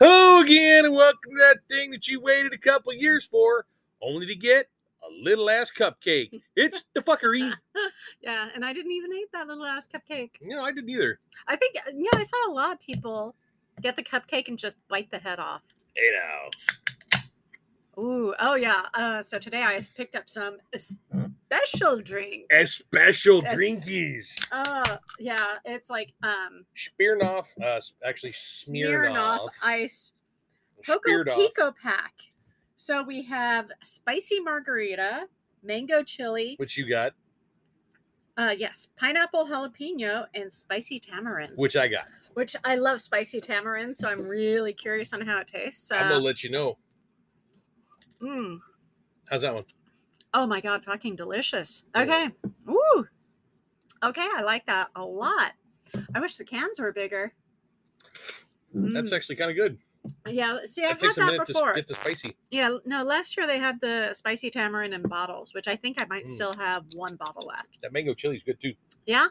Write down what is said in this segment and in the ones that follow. Hello again, and welcome to that thing that you waited a couple years for, only to get a little ass cupcake. It's the fuckery. yeah, and I didn't even eat that little ass cupcake. You know, I didn't either. I think uh, yeah, I saw a lot of people get the cupcake and just bite the head off. You know, Ooh, oh yeah. Uh, so today I picked up some special drinks. as special Yes. drinkies. uh, yeah, it's like um Smirnoff, uh, s- actually Smirnoff. ice uh, Coco Pico pack. So we have spicy margarita, mango chili, which you got, uh yes, pineapple jalapeno, and spicy tamarind. which I got. which I love spicy tamarind, so I'm really curious on how it tastes. uh, So, I'm gonna let you know. mm, How's that one? oh my god, fucking delicious. Yeah. Okay, ooh, okay, I like that a lot. I wish the cans were bigger. That's Mm, actually kind of good. yeah, see, It I've had takes a that minute to before. s- get the spicy. yeah, no, last year they had the spicy tamarind in bottles, which I think I might Mm. still have one bottle left. That mango chili is good too. No,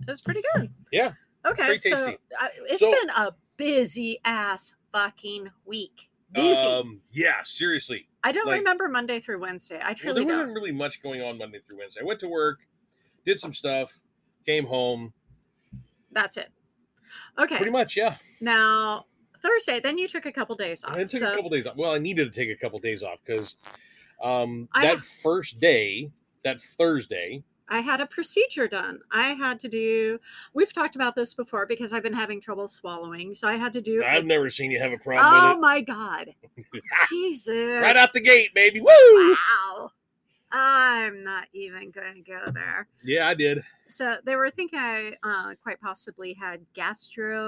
it was pretty good. Yeah, Okay, pretty so tasty. I, it's So- been a busy ass fucking week. Busy. Um, yeah, seriously. I don't like- remember Monday through Wednesday. I Well, truly there don't. wasn't really much going on Monday through Wednesday. I went to work, did some stuff, came home. That's it. Okay. Pretty much, yeah. Now Thursday, then you took a couple days off. I took so a couple days off. Well, I needed to take a couple days off because um, I- that first day, that Thursday, I had a procedure done. I had to do. We've talked about this before because I've been having trouble swallowing, so I had to do. I've a- never seen you have a problem oh my god, with it. Jesus! right out the gate, baby. Woo! wow. I'm not even going to go there. Yeah, I did. So they were thinking I uh, quite possibly had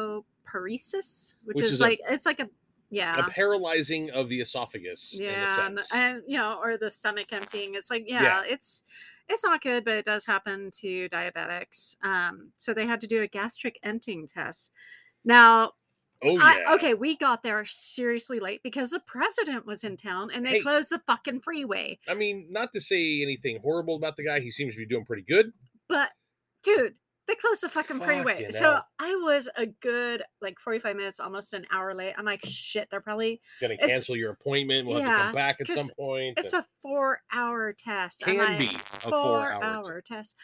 gastroparesis, which, Which is, is a- like it's like a yeah. A paralyzing of the esophagus. in a yeah and, the- sense. and you know or the stomach emptying it's like yeah, Yeah. it's it's not good but it does happen to diabetics um so they had to do a gastric emptying test now oh, yeah. I, okay we got there seriously late because the president was in town and they Hey. closed the fucking freeway I mean, not to say anything horrible about the guy. He seems to be doing pretty good. but dude they closed the fucking freeway Fucking so hell. i was a good like 45 minutes almost an hour late i'm like shit they're probably Gonna It's- cancel your appointment. We'll have to yeah, come back at some 'cause point. it's a four hour test and can I- be a four, four hour. hour, test.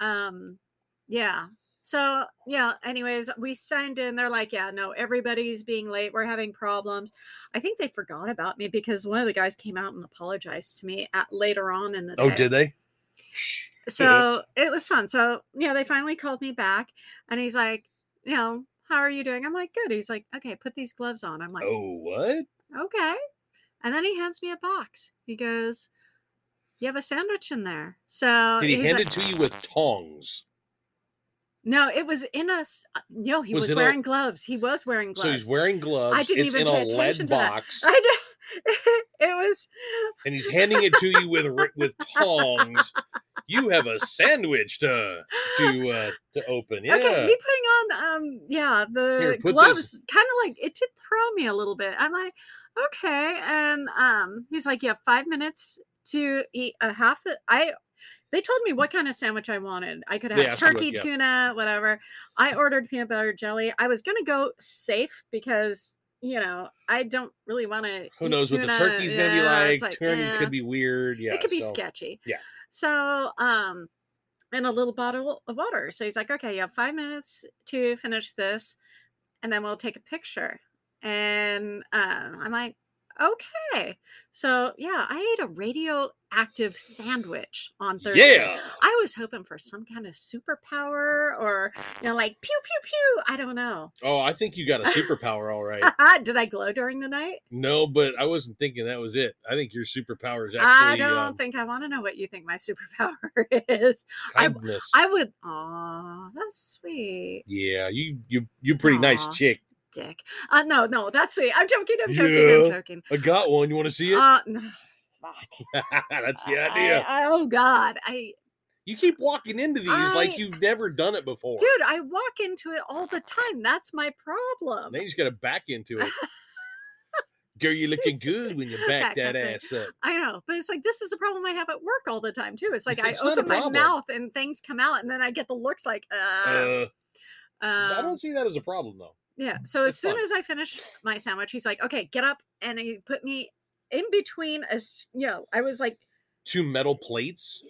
Um, yeah. So yeah. Anyways, we signed in. They're like, yeah, no, everybody's being late. We're having problems. I think they forgot about me because one of the guys came out and apologized to me at later on in the day. Oh, they? So it was fun. So yeah, they finally called me back, and he's like, you know, how are you doing? I'm like, good. He's like, okay, put these gloves on. I'm like, Oh, what? okay. And then he hands me a box. He goes, you have a sandwich in there. So Did he he's hand like- it to you with tongs? No, it was in a. s- uh, No, he Was was it a- wearing gloves. He was wearing gloves. So he's wearing gloves. didn't it's even in pay a attention lead to that. box, I know. it was. and he's handing it to you with ri- with tongs. You have a sandwich to to uh, to open. Yeah. Okay, me putting on. Um, yeah, the put this- gloves kind of like it did throw me a little bit. I'm like, okay, and um, he's like, you have five minutes to eat a half. A, I. They told me what kind of sandwich I wanted. I could They have asked you what- turkey, yeah. tuna, whatever. I ordered peanut butter jelly. I was gonna go safe because you know I don't really want to. Who knows what the turkey's gonna be like? Turkey could be. could be weird. Yeah. eh. it could be so- sketchy. yeah. So, um, and a little bottle of water. So he's like, okay, you have five minutes to finish this, and then we'll take a picture. And um, I'm like, okay. So yeah, I ate a radioactive sandwich on Thursday. Yeah. I was hoping for some kind of superpower or you know, like pew pew pew. I don't know. Oh, I think you got a superpower, all right. Did I glow during the night? No, but I wasn't thinking that was it. I think your superpower is I actually don't um, think I want to know what you think my superpower is. I- kindness. I would. Aw, that's sweet, yeah, you you you pretty nice Aw. chick. Dick. Uh, no, no, that's sweet. I'm joking. I'm joking. Yeah. I'm joking. I got one. You want to see it? Uh, no, That's the Uh, I- idea. I- oh God, I, You keep walking into these like I- you've never done it before. dude, I walk into it all the time. That's my problem. Now you just got to back into it. Girl, you're looking Jesus. good when you back Back that up there. ass up. I know, but it's like this is a problem I have at work all the time too. It's like I It's not a open my problem. mouth and things come out, and then I get the looks like, uh, Uh, I Um, don't see that as a problem though. yeah. So as it's soon fun. as I finished my sandwich, he's like, "Okay, get up," and he put me in between. As you know, I was like, Two metal plates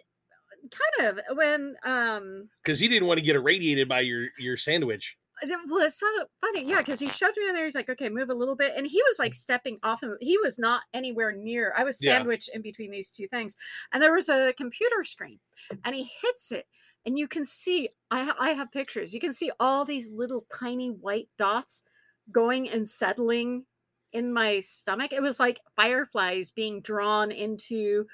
kind of when um because he didn't want to get irradiated by your your sandwich. And then- Well, it's not funny, yeah, because he shoved me in there. He's like, "Okay, move a little bit," and he was like stepping off, and he was not anywhere near. I was Mm. Yeah. sandwiched in between these two things, and there was a computer screen, and he hits it, and you can see. I ha- I have pictures. You can see all these little tiny white dots going and settling in my stomach. It was like fireflies being drawn into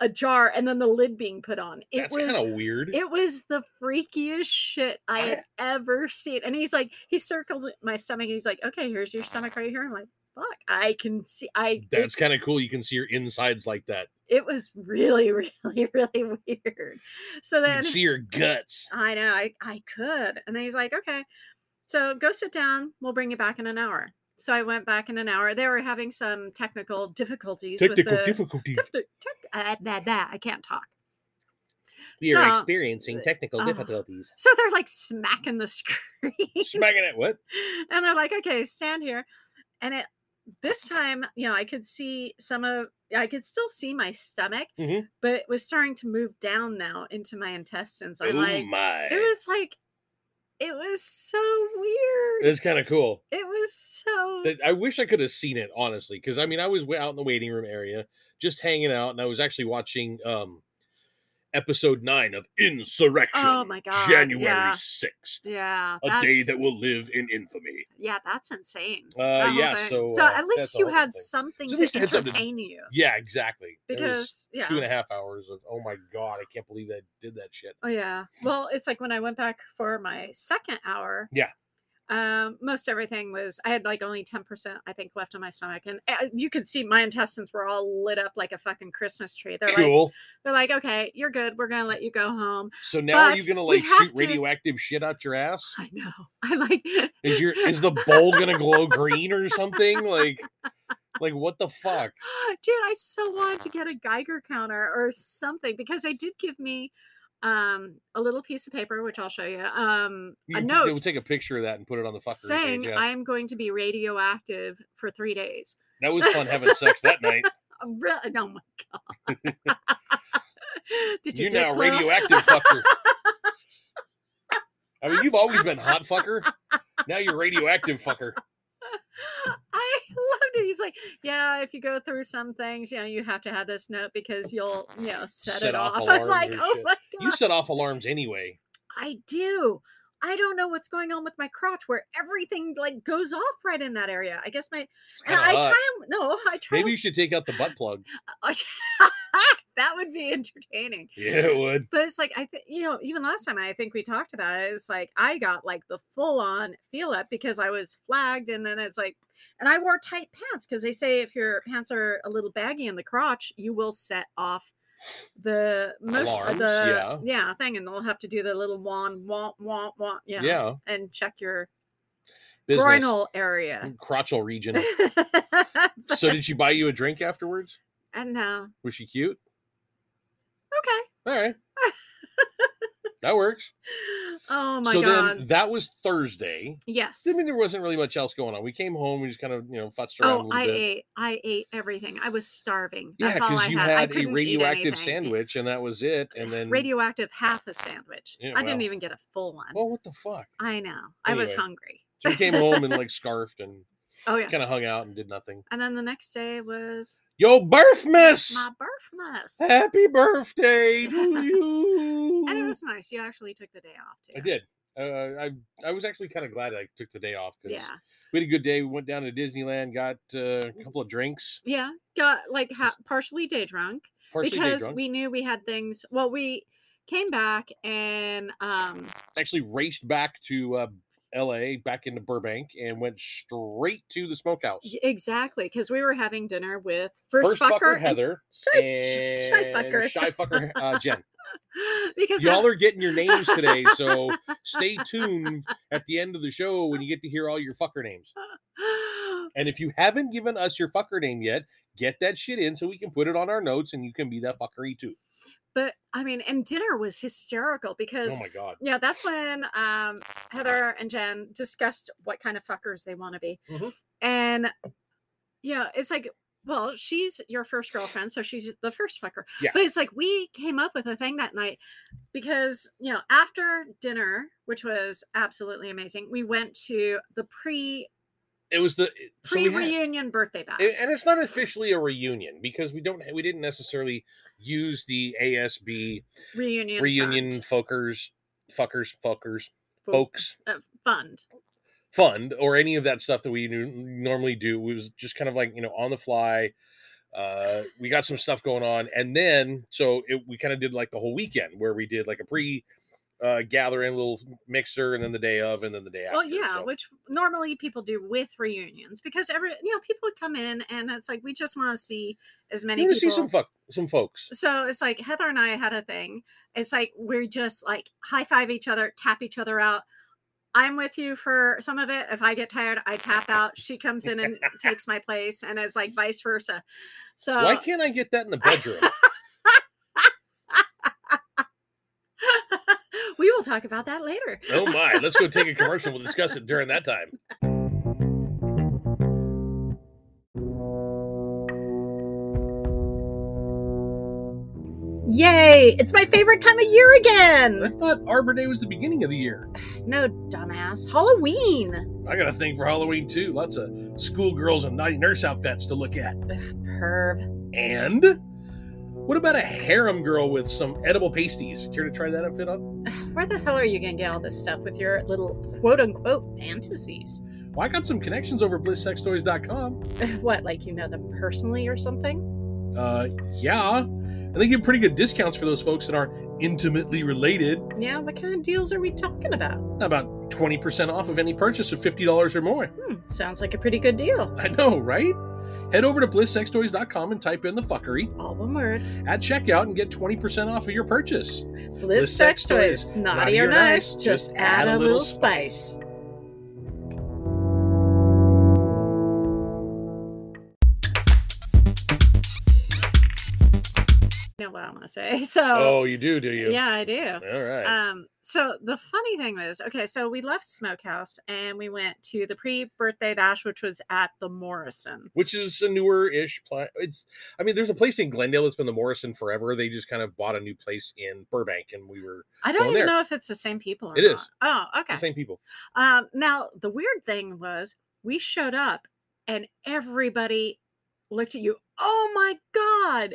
a jar, and then the lid being put on. It That's was kind of weird. it was the freakiest shit I I- had ever seen. And he's like, he circled my stomach. And he's like, okay, here's your stomach right here. I'm like, fuck, I can see. I That's it's- kind of cool. You can see your insides like that. It was really, really, really weird. So You can then Oh, see your guts. I know I I could. And then he's like, okay, so go sit down. We'll bring you back in an hour. So I went back in an hour. They were having some technical difficulties Technical with the difficulties. tech, tech, uh, that, that I can't talk. We are So- experiencing technical uh, difficulties. So they're like smacking the screen. Smacking it. What? and they're like, okay, stand here. And it this time, you know, I could see some of I could still see my stomach, Mhm. but it was starting to move down now into my intestines. I'm oh like, my! it was like it was so weird. It's kind of cool. It was so That I wish I could have seen it honestly, because I mean, I was w- out in the waiting room area, just hanging out, and I was actually watching um episode nine of Insurrection. Oh my god. January Yeah. sixth, Yeah. a day that's- that will live in infamy. Yeah, that's insane. Uh, that whole yeah. thing. So, so uh, at that's least a you whole other had thing. something So at to least it had something to- entertain you. Yeah, exactly. There was Because yeah. two and a half hours of oh my god, I can't believe that did that shit. Oh yeah. Well, it's like when I went back for my second hour. Yeah. Um, most everything was I had like only ten percent I think left on my stomach, and uh, you could see my intestines were all lit up like a fucking Christmas tree. They're like, Cool. they're like, okay, you're good. We're gonna let you go home. So now are but you gonna we like have shoot to- radioactive shit out your ass? I know. I like. Is your is the bowl gonna glow green or something? Like, like what the fuck? Dude, I so wanted to get a Geiger counter or something because they did give me um a little piece of paper, which I'll show you. Um, You a can- note We'll take a picture of that and put it on the fucker saying page. Yeah. I am going to be radioactive for three days. that was fun having sex that night. Really? Oh my god! Did you You're now a blow? radioactive fucker. I mean, you've always been hot fucker. Now you're radioactive fucker. I loved it. He's like, yeah, if you go through some things, you know, you have to have this note because you'll, you know, set, Set it off off. I'm alarms like, or oh shit. my god, You set off alarms anyway. I do. I don't know what's going on with my crotch where everything like goes off right in that area. I guess my It's and kinda I hot. try and no, I try. Maybe you should take out the butt plug. and- that would be entertaining. Yeah, it would. But it's like I think you know, even last time I think we talked about it, it's like I got like the full on feel up because I was flagged and then it's like and I wore tight pants because they say if your pants are a little baggy in the crotch, you will set off the motion, Alarms, the yeah. thing and they'll have to do the little wand womp womp womp yeah, Yeah. and check your Business. groinal area. Crotchal region. so did she buy you a drink afterwards? and no. Was she cute? Okay. All right. that works. Oh my so god. then that was Thursday. yes. I mean, there wasn't really much else going on. We came home. We just kind of, you know, futzed around a Oh, little I bit. ate. I ate everything. I was starving. yeah, That's all I you had. I had a couldn't eat radioactive anything. sandwich, and that was it. And then, radioactive half a sandwich. Yeah, I didn't wow. even get a full one. well, Oh, what the fuck? I know. I was anyway. hungry. So we came home and like scarfed and Oh yeah. kind of hung out and did nothing. And then the next day was Yo, birth miss! my birthmas, and Happy birthday to you! it was nice. You actually took the day off too. I did. Uh, I I was actually kind of glad I took the day off because Yeah. we had a good day. We went down to Disneyland, got uh, a couple of drinks, Yeah. Got like ha- Just- partially day drunk partially day because drunk. we knew we had things. Well, we came back and um actually raced back to uh, L.A. back into Burbank and went straight to the smokehouse. y- exactly because we were having dinner with first, fucker, fucker, and- Heather Shy, and shy fucker. shy fucker uh, Jen. because that- Y'all are getting your names today, so stay tuned at the end of the show when you get to hear all your fucker names. Uh, And if you haven't given us your fucker name yet, get that shit in so we can put it on our notes and you can be that fuckery too. But I mean, and dinner was hysterical because Oh my god. yeah, that's when um, Heather and Jen discussed what kind of fuckers they want to be. Mhm. And yeah, it's like, well, she's your first girlfriend, so she's the first fucker. Yeah. But it's like we came up with a thing that night because, you know, after dinner, which was absolutely amazing, we went to the pre It was the so pre we had- Eh, reunion birthday bash. and and it's not officially a reunion because we don't we didn't necessarily use the ASB reunion reunion fund. fuckers fuckers fuckers Fo- folks uh, fund. fund or any of that stuff that we nu- normally do. It was just kind of like you know on the fly. Uh, we got some stuff going on, and then so it, we kind of did like the whole weekend where we did like a pre uh, gathering little mixer, and then the day of, and then the day after. Well, yeah, so- which normally people do with reunions because every you know people come in and it's like we just want to see as you many want people. to see some fuck some folks. so it's like Heather and I had a thing. It's like we're just like high five each other, tap each other out. I'm with you for some of it. If I get tired, I tap out. She comes in and takes my place, and it's like vice versa. So Why can't I get that in the bedroom? we will talk about that later. oh my! Let's go take a commercial. We'll discuss it during that time. Yay! It's my favorite time of year I again. thought Arbor Day was the beginning of the year. No, dumbass, Halloween. I got a thing for Halloween too. Lots of schoolgirls and naughty nurse outfits to look at. Perv. And what about a harem girl with some edible pasties? Care to try that outfit on? Where the hell are you gonna get all this stuff with your little quote unquote fantasies? Well, I got some connections over at blisssextoys.com. What, like you know them personally or something? Uh, yeah. And they give pretty good discounts for those folks that aren't intimately related. Yeah, what kind of deals are we talking about? About 20% off of any purchase of $50 or more. Hmm, sounds like a pretty good deal. I know, right? Head over to blisssextoys.com and type in the fuckery All one word. at checkout and get 20% off of your purchase. Bliss sex toys, naughty, or nice, just add a little spice. You know what I want to say. So, Oh, you do, do you? yeah, I do. All right. Um, so the funny thing was, okay, so we left Smokehouse and we went to the pre-birthday bash, which was at the Morrison. which is a newer ish place. It's, I mean, there's a place in Glendale that's been the Morrison forever. They just kind of bought a new place in Burbank, and we were I don't Well, even there. know if it's the same people or It not. is. Oh, the okay. same people. Um, now the weird thing was we showed up and everybody looked at you. Oh my god!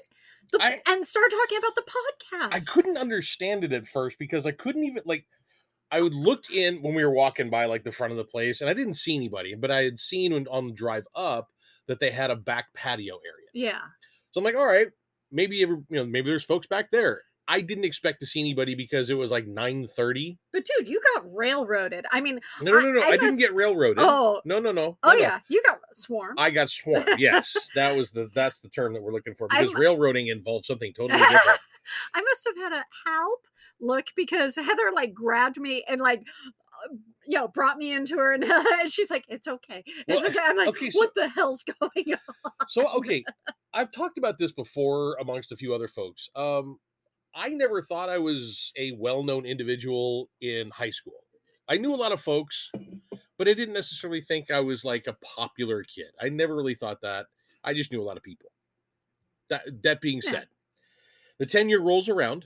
The, I- and started talking about the I podcast. couldn't understand it at first because I couldn't even like. I would looked in when we were walking by like the front of the place, and I didn't see anybody, but I had seen when, on the drive up that they had a back patio area. yeah. So I'm like, all right, maybe every, you know maybe there's folks back there. I didn't expect to see anybody because it was like 9:30. But dude, you got railroaded. I mean, No, no, I- no, no. I I, didn't must- get railroaded. oh, No, no, no. oh no, no. yeah, you got swarmed. I got swarmed. Yes, that was the that's the term that we're looking for because I'm- railroading involves something totally different. I must have had a help look because Heather like grabbed me and like uh, you know brought me into her and, and she's like it's okay it's Well, okay i'm like okay, so- what the hell's going on So okay, I've talked about this before amongst a few other folks. Um, I never thought I was a well-known individual in high school. I knew a lot of folks, but I didn't necessarily think I was like a popular kid. I never really thought that. I just knew a lot of people. That that being Yeah. said, the 10-year rolls around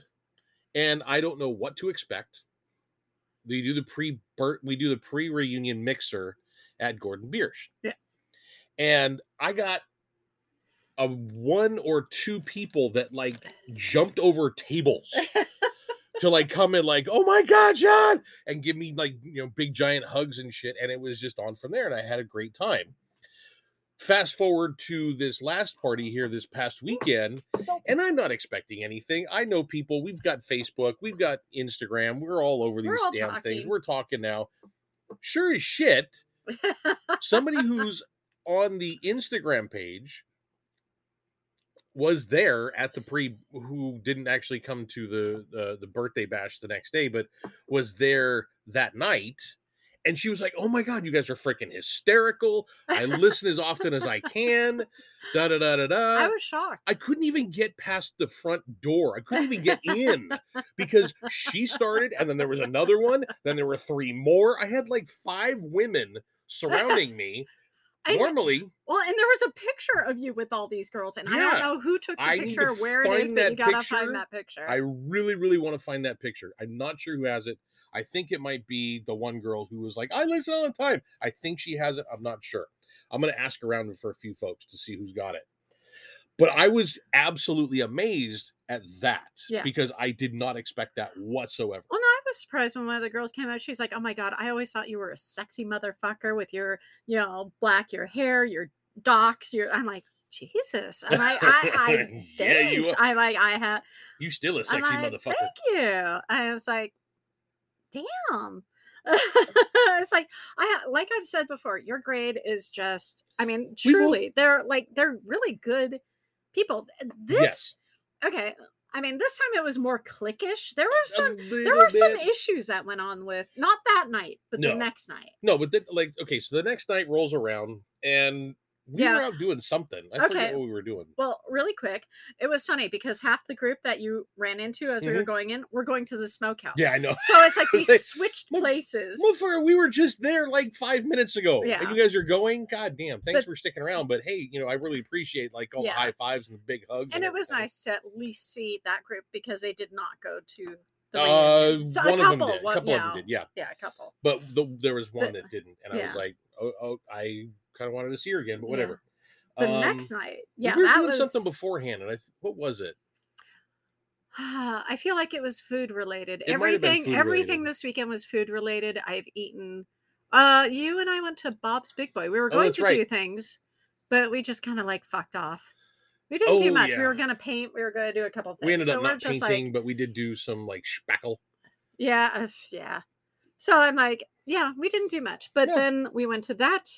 and I don't know what to expect. We do the pre we do the pre-reunion mixer at Gordon Biersch. Yeah. And I got a one or two people that like jumped over tables to like come and like, oh my god, John, and give me like you know big giant hugs and shit. And it was just on from there, and I had a great time. Fast forward to this last party here this past weekend, and I'm not expecting anything. I know people. We've got Facebook, we've got Instagram. We're all over these We're all damn things. talking. We're talking now. Sure as shit, somebody who's on the Instagram page was there at the pre who didn't actually come to the the, the birthday bash the next day but was there that night And she was like, "Oh my god, you guys are freaking hysterical! I listen as often as I can." Da da da da da. I was shocked. I couldn't even get past the front door. I couldn't even get in because she started, and then there was another one. Then there were three more. I had like five women surrounding me. I- Normally, Well, and there was a picture of you with all these girls, and I Yeah. don't know who took the I need picture, to or where it is, find but that you gotta picture. find that picture. I really, really want to find that picture. I'm not sure who has it. I think it might be the one girl who was like, I listen all the time. I think she has it. I'm not sure. I'm going to ask around for a few folks to see who's got it. But I was absolutely amazed at that Yeah. because I did not expect that whatsoever. well, no, I was surprised when one of the girls came out. She's like, "Oh my god, I always thought you were a sexy motherfucker with your, you know, black, your hair, your docs." Your, I'm like, Jesus. I'm like, I, I yeah, you, thanks. are- I'm like, I had. you still a I'm sexy like, motherfucker. Thank you. I was like, damn. it's like I ha- like I've said before, your grade is just I mean, We've all- truly, they're like they're really good people. Th- This yes. okay. I mean, this time it was more cliquish. There were a some there little were some bit. issues that went on with not that night, but the No. next night. No, but then, like, okay, so the next night rolls around and we were Yeah. out doing something. I Okay. forget what we were doing. Well, really quick, it was funny because half the group that you ran into as Mm-hmm. we were going in, we're going to the smokehouse. Yeah, I know. So it's like we Like, switched "Mother- places. Motherfucker, we were just there like five minutes ago. Yeah. And you guys are going. God damn. Thanks But- for sticking around. But hey, you know, I really appreciate like all Yeah. the high fives and the big hugs. and it was everything. nice to at least see that group because they did not go to the reunion. Uh, So, a one of them couple, did. one- couple of yeah. them did. Yeah. yeah a couple But the, there was one The- that didn't. And I yeah. was like, oh, oh I kind of wanted to see her again, but Yeah. whatever. the Um, next night but yeah we were that doing was something beforehand. And I, th- what was it? i feel like it was food related It might have been everything food everything related. this weekend was food related i've eaten uh you and i went to bob's big boy we were going Oh, that's to right. do things but we just kind of like fucked off we didn't Oh, do much we yeah. were gonna paint we were gonna do a couple things We ended but up we're not just painting, like but we did do some like spackle. yeah uh, yeah so i'm like yeah we didn't do much but No. then we went to that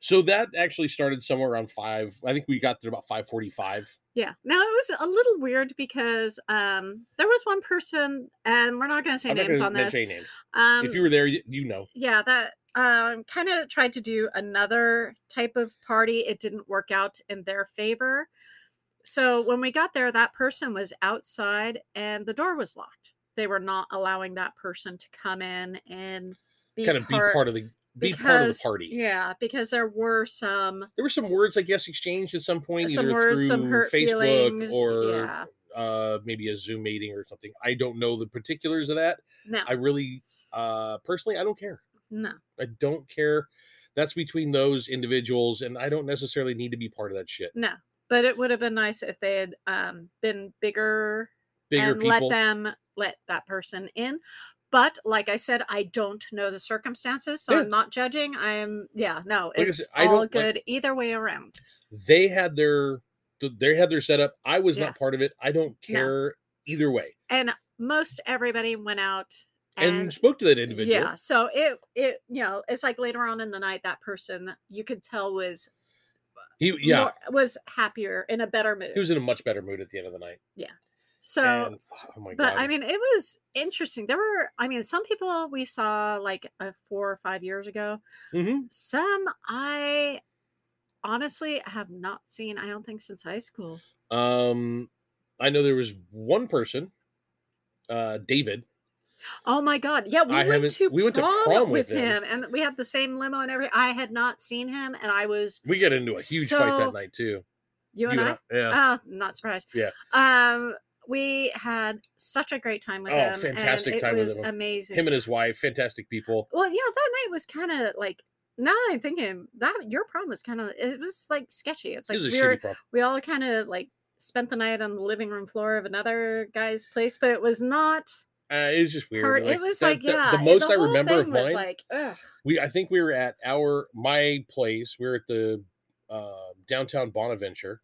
So that actually started somewhere around five. I think we got there about 545. Yeah. Now it was a little weird because um there was one person and we're not gonna say I'm not names gonna on this. mention any names. Um if you were there, you, you know. yeah, that um kind of tried to do another type of party. It didn't work out in their favor. So when we got there, that person was outside and the door was locked. They were not allowing that person to come in and be kind of be part of the be part of the party. Yeah, because there were some uh, There were some words, I guess, exchanged at some point, some either words, through some hurt Facebook feelings. or yeah. uh, maybe a Zoom meeting or something. I don't know the particulars of that. No, I really, uh, personally, I don't care. no. I don't care. That's between those individuals, and I don't necessarily need to be part of that shit. No, but it would have been nice if they had um, been bigger, Bigger and let people. them let that person in. But like I said, I don't know the circumstances, so Yeah. I'm not judging. I'm yeah, no, Like I it's said, I all don't like- good either way around. they had their th- they had their setup. I was Yeah. not part of it. I don't care either way. And most everybody went out And, and, spoke to that individual. yeah, so it it you know it's like later on in the night that person you could tell was He yeah, more- was happier in a better mood. he was in a much better mood at the end of the night. so and oh my but god. I mean, it was interesting. There were, I mean, some people we saw like uh, four or five years ago. Mhm. Mm-hmm. Some I honestly have not seen. I don't think since high school. Um, I know there was one person, uh, David. Oh my god! Yeah, we I haven't- went to we went to prom, prom with with him, him. and we had the same limo and everything. I had not seen him, and I was We got into a huge fight So- that night too. you and I. I- yeah. Oh, not surprised. Yeah. Um, we had such a great time with Oh, him. fantastic and time It with was him. amazing. Him and his wife, fantastic people. Well, yeah, that night was kind of like now that I'm thinking that your prom was kind of it was like sketchy. It's like it was a we were, shitty problem. we all kind of like spent the night on the living room floor of another guy's place, but it was not Uh, it was just weird. part. like, it was the- like the, yeah, The it- most I whole remember of thing was mine, like ugh, we I think we were at our my place. We are at the uh, downtown Bonaventure,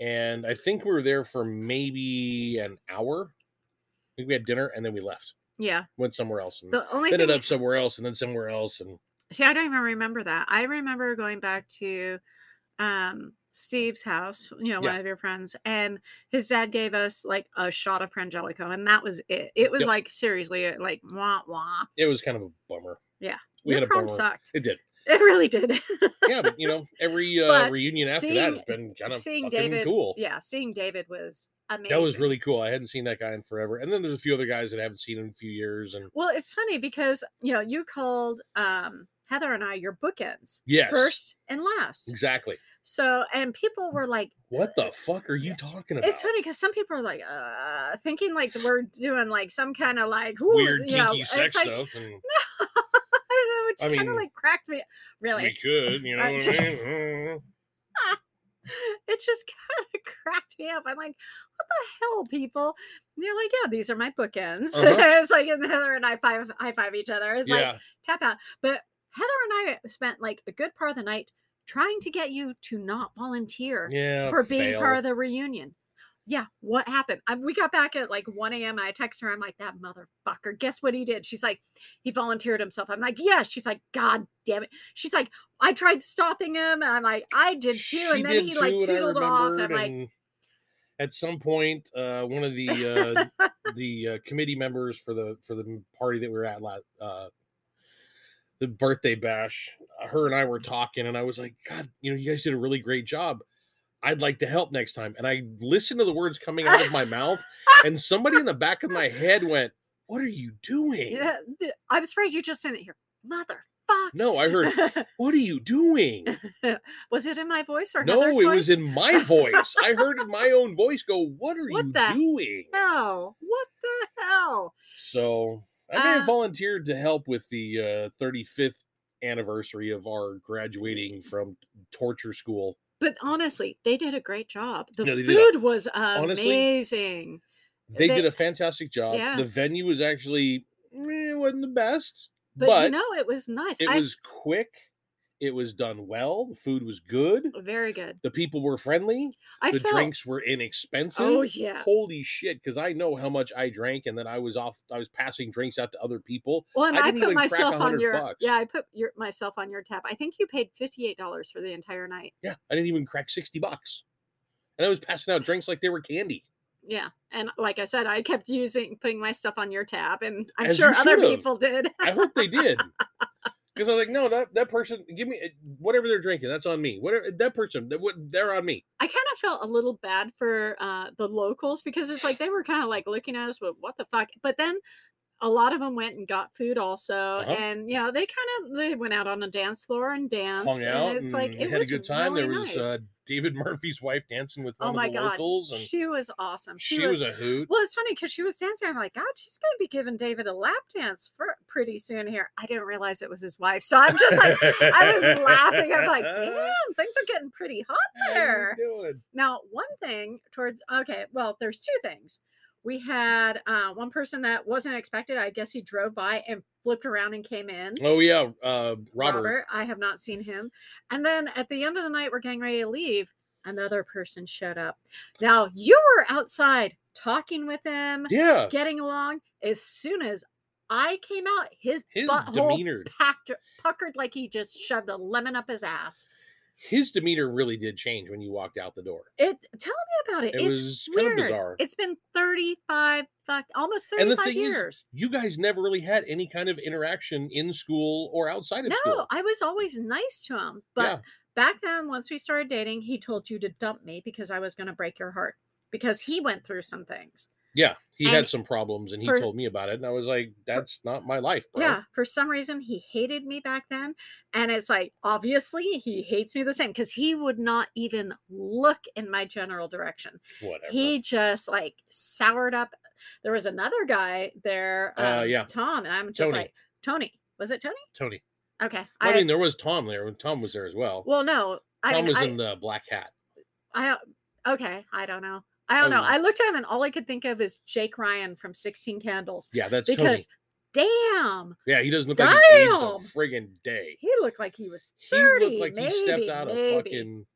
and I think we were there for maybe an hour. I think we had dinner and then we left. yeah. Went somewhere else and The only ended thing up somewhere else and then somewhere else and see, I don't even remember that. I remember going back to um Steve's house, you know, Yeah. one of your friends, and his dad gave us like a shot of Frangelico, and that was it. It was Yep. like seriously like wah wah. it was kind of a bummer. Yeah. We Your had a prom bummer. sucked. It did. It really did. Yeah, but you know, every uh, But reunion after that has been kind of seeing fucking David- cool. yeah, seeing David was amazing. That was really cool. I hadn't seen that guy in forever. And then there's a few other guys that I haven't seen in a few years. And Well, it's funny because you know you called um, Heather and I your bookends, yes, first and last. exactly. So, and people were like, What the fuck are you talking about? it's funny because some people are like uh, thinking like we're doing like some kind of like who Weird is- kinky you know, and sex it's like stuff, and I I don't know, which kind of mean, like cracked me really. we could, you know. Uh, what I mean? Mm-hmm. it just kind of cracked me up. I'm like, what the hell, people? And they're like, yeah, these are my bookends. Uh-huh. it's like, and Heather and I five high five each other. It's like yeah, tap out. But Heather and I spent like a good part of the night trying to get you to not volunteer yeah. for being fail. part of the reunion. Yeah, what happened? I, we got back at like 1 a.m. I text her. I'm like, that motherfucker. Guess what he did? She's like, he volunteered himself. I'm like, yeah. She's like, God damn it. She's like, I tried stopping him. And I'm like, I did too. She And then did he like too, and I tootled off. I'm remembered, like, and at some point, uh, one of the uh, the uh, committee members for the for the party that we were at last, uh, the birthday bash, uh, her and I were talking, and I was like, "God, you know, you guys did a really great job. I'd like to help next time." And I listened to the words coming out of my mouth, and somebody in the back of my head went, "What are you doing?" yeah, th- I'm surprised you just didn't hear, motherfucker. No, I heard, "What are you doing?" was it in my voice or No, it Heather's was voice? in my voice. I heard my own voice go, "What are What you the doing?" hell. What the hell? So I may have Uh, volunteered to help with the uh, 35th anniversary of our Mm. graduating from torture school. But honestly, they did a great job. The No, they did a- food was honestly, amazing. They, Uh, They- did a fantastic job. yeah. The venue was actually eh, it wasn't the best, but, but, you know it was nice it I, was quick. It was done well. The food was good. very good The people were friendly. i the felt drinks were inexpensive. oh yeah Holy shit! Because I know how much I drank, and then I was off. I was passing drinks out to other people. well and I i, didn't put even crack myself on 100 your bucks. yeah i put your myself on your tab i think you paid $58 for the entire night Yeah, I didn't even crack sixty bucks, and I was passing out drinks like they were candy. yeah and like i said i kept using putting my stuff on your tab and i'm As sure you other should've. people did I hope they did. Because I was like, no, that, that person, give me eh, whatever they're drinking. That's on me. Whatever that person, that, what, they're on me. i kind of felt a little bad for uh the locals because it's like they were kind of like looking at us but what the fuck but then a lot of them went and got food also Uh-huh. and you know they kind of they went out on a dance floor and Hung danced out. and it's like and it had was a good time. really there was nice. uh, David Murphy's wife dancing with Oh one my of the God, locals, and she, she was awesome. She, was, was, a hoot. well. It's funny because she was dancing. I'm like, God, she's gonna be giving David a lap dance for pretty soon here. I didn't realize it was his wife, so I'm just like, I was laughing. I'm like, damn, things are getting pretty hot How you there. doing? Now, one thing towards okay, well, there's two things. We had uh, one person that wasn't expected. I guess he drove by and flipped around and came in. Oh yeah, uh, Robert. I have not seen him. And then at the end of the night, we're getting ready to leave. Another person showed up. Now you were outside talking with him, Yeah, getting along. As soon as I came out, his, his butthole demeanor, packed, puckered like he just shoved a lemon up his ass. his demeanor really did change when you walked out the door. It tell me about it. It it's was kind of weird. bizarre. It's been thirty-five, fuck, almost And the thirty-five thing is, years. you guys never really had any kind of interaction in school or outside of no, school. I was always nice to him, but yeah. back then once we started dating he told you to dump me because i was going to break your heart because he went through some things Yeah, he And had some problems, and he for- told me about it, and I was like, "That's not my life, bro." yeah for some reason he hated me back then and it's like obviously he hates me the same because he would not even look in my general direction whatever. he just like soured up there was another guy there Uh, um, yeah. tom and i'm just Tony. like tony was it tony Tony. okay I, mean, there was Tom there, and Tom was there as well. well no i Tom mean, was I- in the black hat. I okay. I don't know. I don't know. Oh. I looked at him and all I could think of is Jake Ryan from Sixteen Candles Yeah, that's Tony. because, damn, Yeah, he doesn't look like he's aged Damn! a friggin' day. he looked like he was He thirty, looked like maybe, he stepped out maybe. of fucking.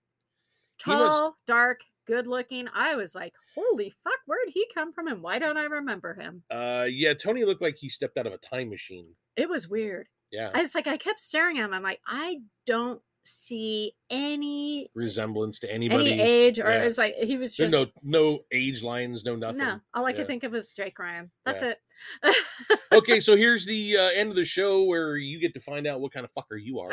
he must- tall, dark, good looking. I was like, holy fuck, where'd he come from and why don't I remember him? Uh, yeah, Tony looked like he stepped out of a time machine. It was weird. Yeah, I was like, I kept staring at him. I'm like, I don't see any resemblance to anybody. any age or yeah. it's like he was There's just no no age lines, no nothing. no. All I Yeah. could think of was Jake Ryan. That's Yeah. it. okay, so here's the uh, end of the show where you get to find out what kind of fucker you are.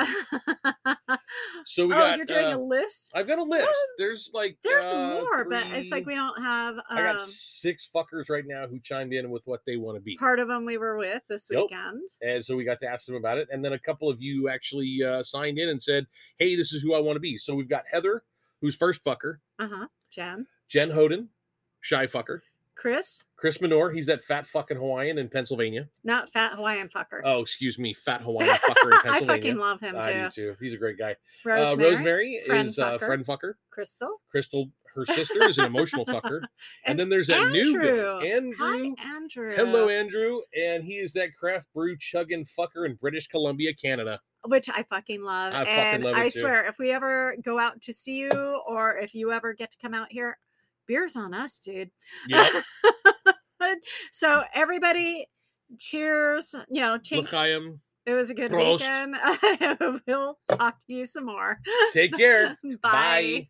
So we oh, got. you're doing uh, a list. I've got a list. There's like There's uh, more, but it's like three- we don't have. Um, I got six fuckers right now who chimed in with what they want to be, part of them we were with this Yep. weekend. and so we got to ask them about it. And then a couple of you actually uh, signed in and said, "Hey, this is who I want to be." So we've got Heather, who's first fucker, Uh huh. Jen, Jen Hoden, shy fucker, Chris, Chris Minor, he's that fat fucking Hawaiian in Pennsylvania. not fat Hawaiian fucker. Oh, excuse me, fat Hawaiian fucker in I Pennsylvania. fucking love him I do too. too. He's a great guy. Rosemary, uh, Rosemary friend is uh, fucker. friend fucker. Crystal, Crystal, her sister, is an emotional fucker. And, then there's that new guy, Andrew. Hi, Andrew. Hello, Andrew, and he is that craft brew chugging fucker in British Columbia, Canada. which I fucking love. I fucking and love it I too. swear, if we ever go out to see you, or if you ever get to come out here, beer's on us, dude. Yeah, so everybody, cheers. You know, chink. look, I am. It was a good Prost. weekend. we'll talk to you some more. Take care. Bye. Bye.